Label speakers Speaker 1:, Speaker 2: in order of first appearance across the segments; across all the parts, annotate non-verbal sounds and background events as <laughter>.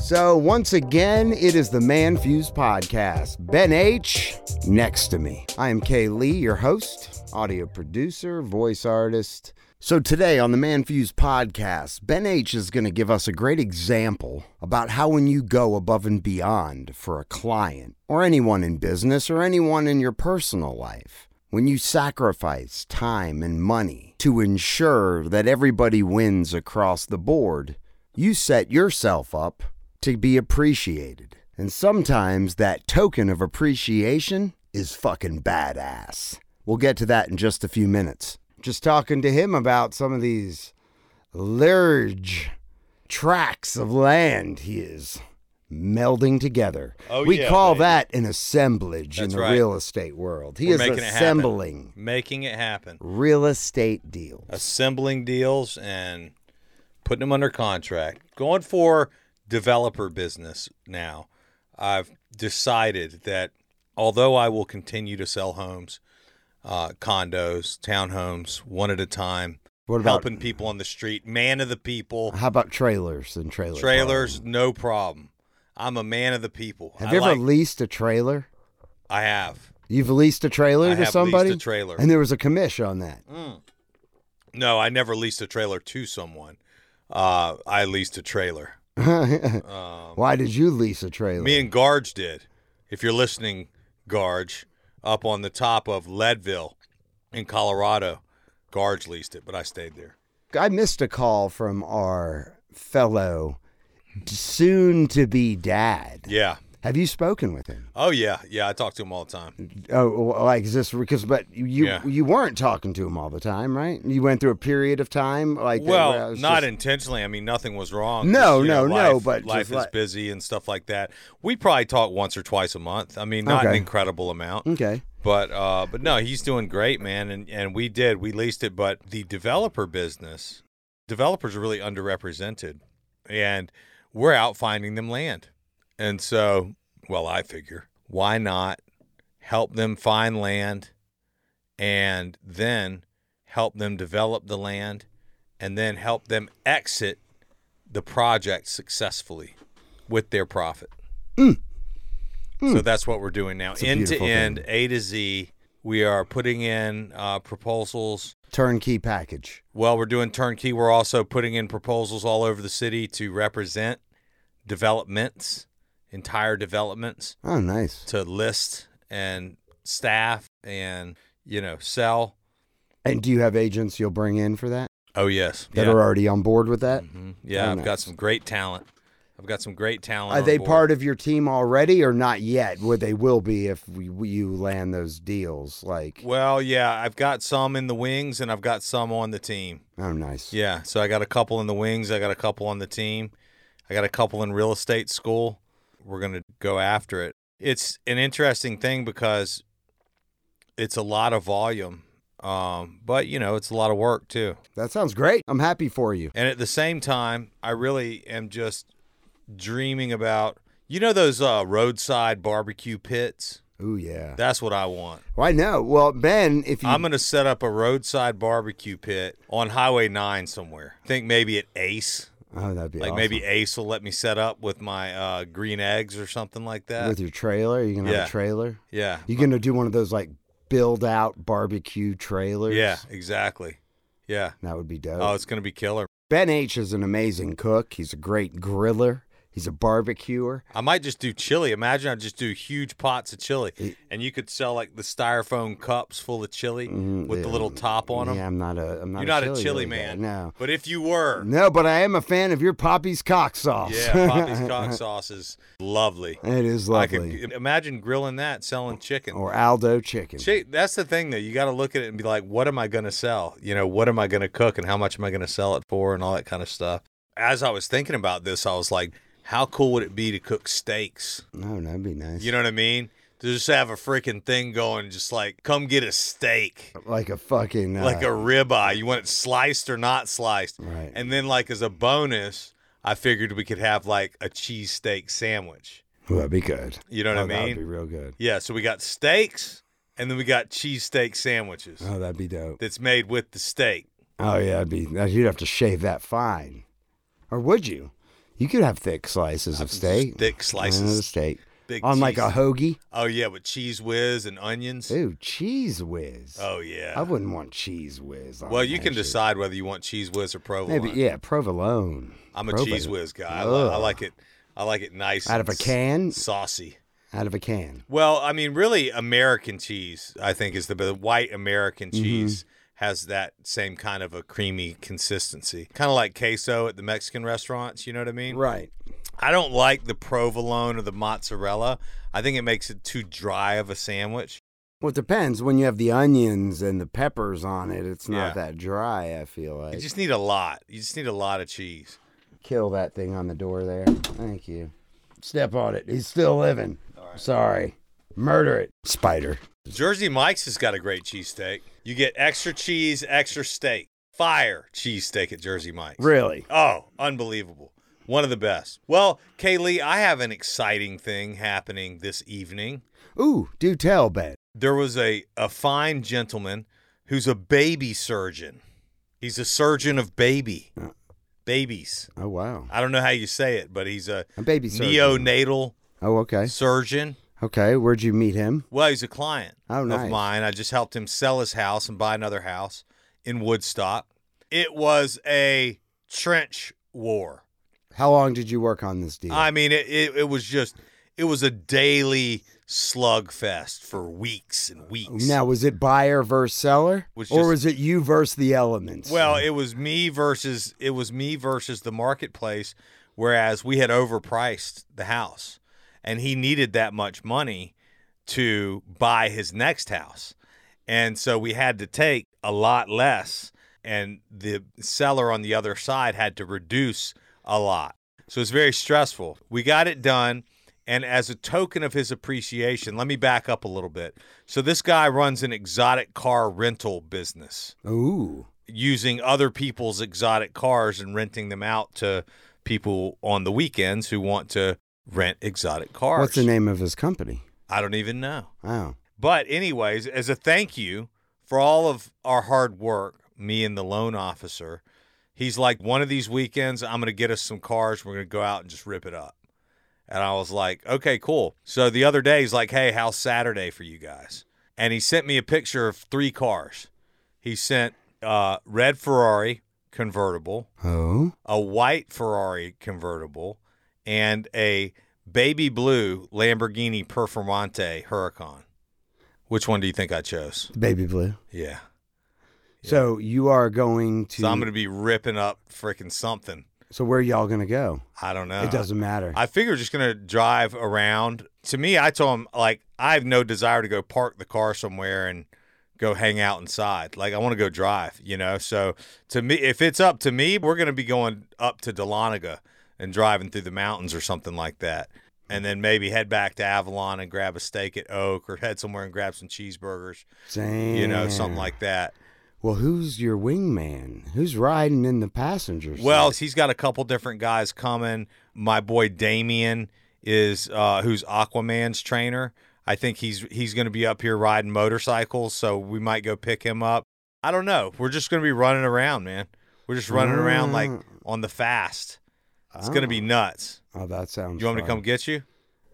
Speaker 1: So, once again, it is the Man Fuse podcast. Ben H. next to me. I am Kay Lee, your host, audio producer, voice artist. So, today on the Man Fuse podcast, Ben H. is going to give us a great example about how when you go above and beyond for a client or anyone in business or anyone in your personal life, when you sacrifice time and money to ensure that everybody wins across the board, you set yourself up to be appreciated. And sometimes that token of appreciation is fucking badass. We'll get to that in just a few minutes. Just talking to him about some of these large tracts of land he is melding together.
Speaker 2: Oh,
Speaker 1: we
Speaker 2: yeah,
Speaker 1: call
Speaker 2: baby.
Speaker 1: that an assemblage
Speaker 2: That's
Speaker 1: in the
Speaker 2: right.
Speaker 1: real estate world. He
Speaker 2: We're
Speaker 1: is
Speaker 2: making it happen.
Speaker 1: assembling
Speaker 2: making it happen,
Speaker 1: real estate deals.
Speaker 2: assembling deals and putting them under contract. Going for developer business now. I've decided that although I will continue to sell homes, uh, condos, townhomes, one at a time,
Speaker 1: What about
Speaker 2: helping people on the street, man of the people,
Speaker 1: how about trailers and trailer
Speaker 2: trailers,
Speaker 1: parking?
Speaker 2: no problem. I'm a man of the people.
Speaker 1: Have
Speaker 2: I
Speaker 1: you ever
Speaker 2: like-
Speaker 1: leased a trailer?
Speaker 2: I have.
Speaker 1: You've leased a trailer
Speaker 2: I
Speaker 1: to
Speaker 2: have leased a
Speaker 1: somebody?
Speaker 2: trailer.
Speaker 1: And there was a commish on that.
Speaker 2: No, I never leased a trailer to someone. Uh, I leased a trailer. Um,
Speaker 1: Why did you lease a trailer?
Speaker 2: Me and Garge did. If you're listening, Garge, up on the top of Leadville in Colorado, Garge leased it, but I stayed there.
Speaker 1: I missed a call from our fellow soon to be dad.
Speaker 2: Yeah.
Speaker 1: Have you spoken with him?
Speaker 2: Oh yeah, yeah. I talk to him all the time.
Speaker 1: Oh, well, like is this because but you
Speaker 2: Yeah.
Speaker 1: you weren't talking to him all the time, right? You went through a period of time like that where I
Speaker 2: well,
Speaker 1: was
Speaker 2: not
Speaker 1: just-
Speaker 2: intentionally. I mean, nothing was wrong.
Speaker 1: No,
Speaker 2: Just, you know,
Speaker 1: no, no,
Speaker 2: life-
Speaker 1: but just
Speaker 2: life is
Speaker 1: like-
Speaker 2: busy and stuff like that. We probably talk once or twice a month. I mean, not an
Speaker 1: Okay.
Speaker 2: incredible amount.
Speaker 1: Okay.
Speaker 2: But uh, but no, he's doing great, man. And and we did we leased it, but the developer business, developers are really underrepresented, and we're out finding them land. And so, well, I figure why not help them find land, and then help them develop the land, and then help them exit the project successfully with their profit. So that's what we're doing now,
Speaker 1: Mm. a
Speaker 2: end to
Speaker 1: beautiful
Speaker 2: end,
Speaker 1: thing.
Speaker 2: A to Z. We are putting in uh, proposals.
Speaker 1: Turnkey package.
Speaker 2: Well, we're doing turnkey. We're also putting in proposals all over the city to represent developments, entire developments,
Speaker 1: Oh, nice.
Speaker 2: to list and staff and you know sell.
Speaker 1: And do you have agents you'll bring in for that
Speaker 2: Oh yes,
Speaker 1: that
Speaker 2: yeah,
Speaker 1: are already on board with that?
Speaker 2: Mhm. yeah.
Speaker 1: Oh,
Speaker 2: I've got
Speaker 1: nice.
Speaker 2: some great talent. I've got some great talent.
Speaker 1: Are
Speaker 2: on
Speaker 1: they
Speaker 2: board.
Speaker 1: part of your team already or not yet? Well, they will be if we, we- you land those deals. Like,
Speaker 2: Well, yeah. I've got some in the wings, and I've got some on the team.
Speaker 1: oh, nice.
Speaker 2: Yeah, so I got a couple in the wings. I got a couple on the team. I got a couple in real estate school. We're going to go after it. It's an interesting thing because it's a lot of volume, um, but you know, it's a lot of work too.
Speaker 1: That sounds great. I'm happy for you.
Speaker 2: And at the same time, I really am just dreaming about, you know, those uh, roadside barbecue pits?
Speaker 1: Oh, yeah.
Speaker 2: That's what I want.
Speaker 1: Well, I know. Well, Ben, if you.
Speaker 2: I'm going to set up a roadside barbecue pit on Highway 9 somewhere. I think maybe at Ace.
Speaker 1: oh, that'd be
Speaker 2: like
Speaker 1: awesome.
Speaker 2: maybe Ace will let me set up with my uh, green eggs or something like that.
Speaker 1: With your trailer, you going to have
Speaker 2: uh, Yeah.
Speaker 1: a trailer?
Speaker 2: yeah,
Speaker 1: You're going to do one of those, like, build out barbecue trailers?
Speaker 2: yeah, exactly. Yeah.
Speaker 1: That would be dope.
Speaker 2: Oh, it's gonna be killer.
Speaker 1: ben H is an amazing cook. He's a great griller. He's a barbecuer.
Speaker 2: I might just do chili. Imagine I just do huge pots of chili, and you could sell like the styrofoam cups full of chili
Speaker 1: Mm,
Speaker 2: with the
Speaker 1: yeah.
Speaker 2: little top on them.
Speaker 1: Yeah, I'm not a. I'm not
Speaker 2: You're not a chili,
Speaker 1: guy,
Speaker 2: man.
Speaker 1: No.
Speaker 2: But if you were,
Speaker 1: No, but I am a fan of your Poppy's cock sauce. <laughs>
Speaker 2: yeah, Poppy's cock sauce is lovely.
Speaker 1: It is
Speaker 2: I
Speaker 1: lovely.
Speaker 2: could imagine grilling that, selling chicken.
Speaker 1: Or Aldo chicken.
Speaker 2: Chi- that's the thing though. You got to look at it and be like, what am I going to sell? You know, what am I going to cook and how much am I going to sell it for and all that kind of stuff. As I was thinking about this, I was like, how cool would it be to cook steaks?
Speaker 1: No, that'd be nice.
Speaker 2: You know what I mean? To just have a freaking thing going, just like, come get a steak,
Speaker 1: like a fucking uh,
Speaker 2: like a ribeye. You want it sliced or not sliced?
Speaker 1: Right.
Speaker 2: And then, like, as a bonus, I figured we could have like a cheesesteak sandwich.
Speaker 1: Well, that'd be good.
Speaker 2: You know what
Speaker 1: Oh,
Speaker 2: I
Speaker 1: That'd be
Speaker 2: mean?
Speaker 1: real good.
Speaker 2: Yeah. So we got steaks and then we got cheesesteak sandwiches
Speaker 1: Oh, that'd be dope.
Speaker 2: that's made with the steak.
Speaker 1: Oh yeah, that'd be. that- You'd have to shave that fine, or would you? You could have thick slices of steak.
Speaker 2: thick slices.
Speaker 1: of steak.
Speaker 2: Big
Speaker 1: On like a
Speaker 2: cheese.
Speaker 1: hoagie.
Speaker 2: Oh, yeah, with cheese whiz and onions.
Speaker 1: Ooh, cheese whiz.
Speaker 2: Oh, yeah.
Speaker 1: I wouldn't want cheese whiz. on
Speaker 2: well, you
Speaker 1: that
Speaker 2: can
Speaker 1: shit.
Speaker 2: decide whether you want cheese whiz or provolone.
Speaker 1: Maybe yeah, provolone.
Speaker 2: I'm a
Speaker 1: Provo-
Speaker 2: cheese whiz guy. I, li- I
Speaker 1: Ugh.
Speaker 2: like it. I like it nice.
Speaker 1: Out of a
Speaker 2: and
Speaker 1: can?
Speaker 2: s- Saucy.
Speaker 1: out of a can.
Speaker 2: Well, I mean, really, American cheese, I think, is the, the white American
Speaker 1: Mm-hmm.
Speaker 2: cheese has that same kind of a creamy consistency. Kind of like queso at the Mexican restaurants. You know what I mean?
Speaker 1: Right.
Speaker 2: I don't like the provolone or the mozzarella. I think it makes it too dry of a sandwich.
Speaker 1: Well, it depends. When you have the onions and the peppers on it, it's not
Speaker 2: Yeah.
Speaker 1: that dry. I feel like
Speaker 2: You just need a lot. You just need a lot of cheese.
Speaker 1: kill that thing on the door there. Thank you. Step on it. He's still living. Sorry. Murder it. Spider.
Speaker 2: Jersey Mike's has got a great cheesesteak. You get extra cheese, extra steak. Fire cheesesteak at Jersey Mike's.
Speaker 1: Really?
Speaker 2: Oh, unbelievable. One of the best. Well, Kaylee, I have an exciting thing happening this evening.
Speaker 1: Ooh, do tell, Ben.
Speaker 2: There was a, a fine gentleman who's a baby surgeon. He's a surgeon of baby.
Speaker 1: Yeah.
Speaker 2: Babies.
Speaker 1: Oh wow.
Speaker 2: I don't know how you say it, but he's a
Speaker 1: A baby surgeon.
Speaker 2: neonatal
Speaker 1: Oh okay.
Speaker 2: surgeon.
Speaker 1: Okay. Where'd you meet him?
Speaker 2: Well, he's a client
Speaker 1: Oh, nice.
Speaker 2: of mine. I just helped him sell his house and buy another house in Woodstock. It was a trench war.
Speaker 1: How long did you work on this deal?
Speaker 2: I mean, it, it, it was just, it was a daily slugfest for weeks and weeks.
Speaker 1: Oh, now was it buyer versus seller,
Speaker 2: Was
Speaker 1: or
Speaker 2: just-
Speaker 1: was it you versus the elements?
Speaker 2: well, it was me versus, it was me versus the marketplace, whereas we had overpriced the house and he needed that much money to buy his next house. And so we had to take a lot less, and the seller on the other side had to reduce a lot. So it's very stressful. We got it done. And as a token of his appreciation, let me back up a little bit. So this guy runs an exotic car rental business
Speaker 1: Ooh.
Speaker 2: using other people's exotic cars and renting them out to people on the weekends who want to rent exotic cars.
Speaker 1: What's the name of his company?
Speaker 2: I don't even know.
Speaker 1: Oh.
Speaker 2: But anyways, as a thank you for all of our hard work, me and the loan officer, he's like, one of these weekends, I'm gonna get us some cars. We're gonna go out and just rip it up. And I was like, okay, cool. So the other day, he's like, hey, how's Saturday for you guys? And he sent me a picture of three cars. He sent uh, red Ferrari convertible,
Speaker 1: Oh.
Speaker 2: a white Ferrari convertible, and a baby blue Lamborghini Performante Huracan. Which one do you think I chose?
Speaker 1: Baby blue.
Speaker 2: Yeah.
Speaker 1: So you are going to.
Speaker 2: So I'm going to be ripping up freaking something.
Speaker 1: So where y'all gonna go?
Speaker 2: I don't know.
Speaker 1: it doesn't matter.
Speaker 2: Uh, I figure just going to drive around. To me, I told him, like, I have no desire to go park the car somewhere and go hang out inside. Like, I want to go drive, you know? So to me, if it's up to me, we're going to be going up to Dahlonega and driving through the mountains or something like that. And then maybe head back to Avalon and grab a steak at Oak or head somewhere and grab some cheeseburgers,
Speaker 1: Damn.
Speaker 2: you know,
Speaker 1: Mm.
Speaker 2: something like that.
Speaker 1: Well, who's your wingman? Who's riding in the passenger seat?
Speaker 2: Well, he's got a couple different guys coming. My boy Damien is uh, who's Aquaman's trainer. I think he's he's going to be up here riding motorcycles, so we might go pick him up. I don't know. We're just going to be running around, man. We're just running around like
Speaker 1: Mm.
Speaker 2: on the fast. It's going to be nuts.
Speaker 1: Oh, that sounds.
Speaker 2: You want me to
Speaker 1: fun.
Speaker 2: come get you?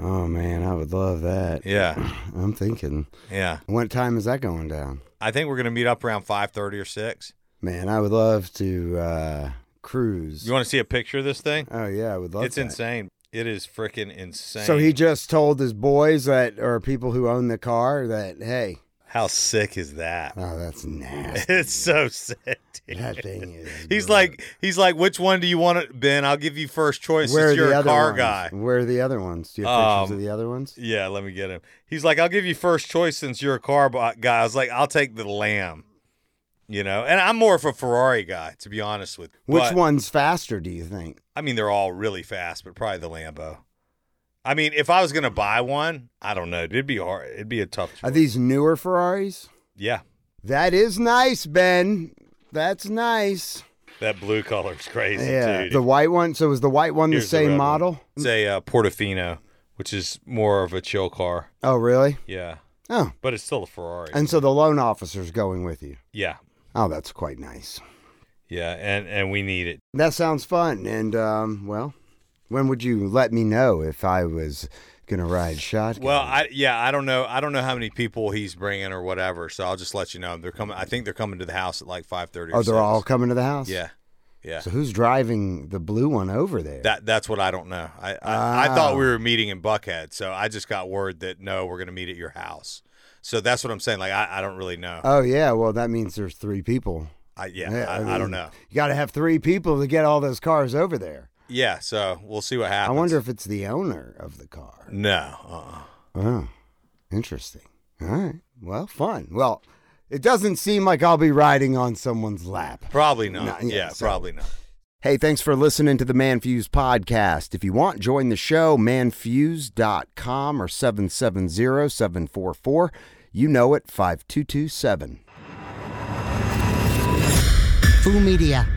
Speaker 1: Oh man, I would love that.
Speaker 2: Yeah,
Speaker 1: <clears throat> I'm thinking.
Speaker 2: yeah.
Speaker 1: What time is that going down?
Speaker 2: I think we're going to meet up around five thirty or six.
Speaker 1: Man, I would love to uh, cruise.
Speaker 2: You want to see a picture of this thing?
Speaker 1: oh yeah, I would love.
Speaker 2: it's
Speaker 1: that.
Speaker 2: insane. It is freaking insane.
Speaker 1: So he just told his boys that, or people who own the car, that hey,
Speaker 2: How sick is that?
Speaker 1: oh, that's nasty.
Speaker 2: <laughs> It's so sick. dude.
Speaker 1: that thing is.
Speaker 2: <laughs> He's
Speaker 1: good.
Speaker 2: like, he's like, which one do you want it, Ben? I'll give you first choice
Speaker 1: where are
Speaker 2: since you're
Speaker 1: the
Speaker 2: a
Speaker 1: other
Speaker 2: car
Speaker 1: ones?
Speaker 2: guy.
Speaker 1: Where are the other ones? Do you have pictures
Speaker 2: Um,
Speaker 1: of the other ones?
Speaker 2: Yeah, let me get him. He's like, I'll give you first choice since you're a car bo- guy. I was like, I'll take the lamb. You know, and I'm more of a Ferrari guy, to be honest with you.
Speaker 1: Which
Speaker 2: But,
Speaker 1: one's faster? Do you think?
Speaker 2: I mean, they're all really fast, but probably the Lambo. I mean, if I was gonna buy one, I don't know. It'd be hard. It'd be a tough.
Speaker 1: Are
Speaker 2: choice.
Speaker 1: these newer Ferraris?
Speaker 2: yeah,
Speaker 1: That is nice, Ben. That's nice.
Speaker 2: that blue color's crazy.
Speaker 1: yeah,
Speaker 2: dude.
Speaker 1: the white one. So is the white one
Speaker 2: Here's
Speaker 1: the
Speaker 2: the
Speaker 1: same
Speaker 2: red one.
Speaker 1: model?
Speaker 2: It's a uh, Portofino, which is more of a chill car.
Speaker 1: Oh, really?
Speaker 2: Yeah,
Speaker 1: Oh,
Speaker 2: but it's still a Ferrari.
Speaker 1: and so the loan officer's going with you.
Speaker 2: yeah,
Speaker 1: Oh, that's quite nice.
Speaker 2: yeah, and and we need it.
Speaker 1: That sounds fun. And um, well, when would you let me know if I was gonna ride shotgun?
Speaker 2: Well, I yeah, I don't know. I don't know how many people he's bringing or whatever. So I'll just let you know. They're coming. I think they're coming to the house at like five thirty.
Speaker 1: oh, they're all coming to the house.
Speaker 2: Yeah, yeah.
Speaker 1: So who's driving the blue one over there?
Speaker 2: That that's what I don't know. I I, I thought we
Speaker 1: Ah.
Speaker 2: were meeting in Buckhead, so I just got word that no, we're gonna meet at your house. So that's what I'm saying. Like I, I don't really know.
Speaker 1: oh yeah. Well, that means there's three people.
Speaker 2: I yeah, I, I,
Speaker 1: mean,
Speaker 2: don't know.
Speaker 1: You got to have three people to get all those cars over there.
Speaker 2: Yeah, so we'll see what
Speaker 1: I
Speaker 2: happens.
Speaker 1: wonder if it's the owner of the car.
Speaker 2: No, uh-uh.
Speaker 1: Oh, interesting. All right. Well, fun. Well, it doesn't seem like I'll be riding on someone's lap.
Speaker 2: probably not.
Speaker 1: No, yeah,
Speaker 2: yeah,
Speaker 1: so-
Speaker 2: probably not.
Speaker 1: Hey, thanks for listening to the Man Fuse podcast. If you want, join the show, manfuse.com or 770 744. You know it, 5227.
Speaker 3: Foo Media.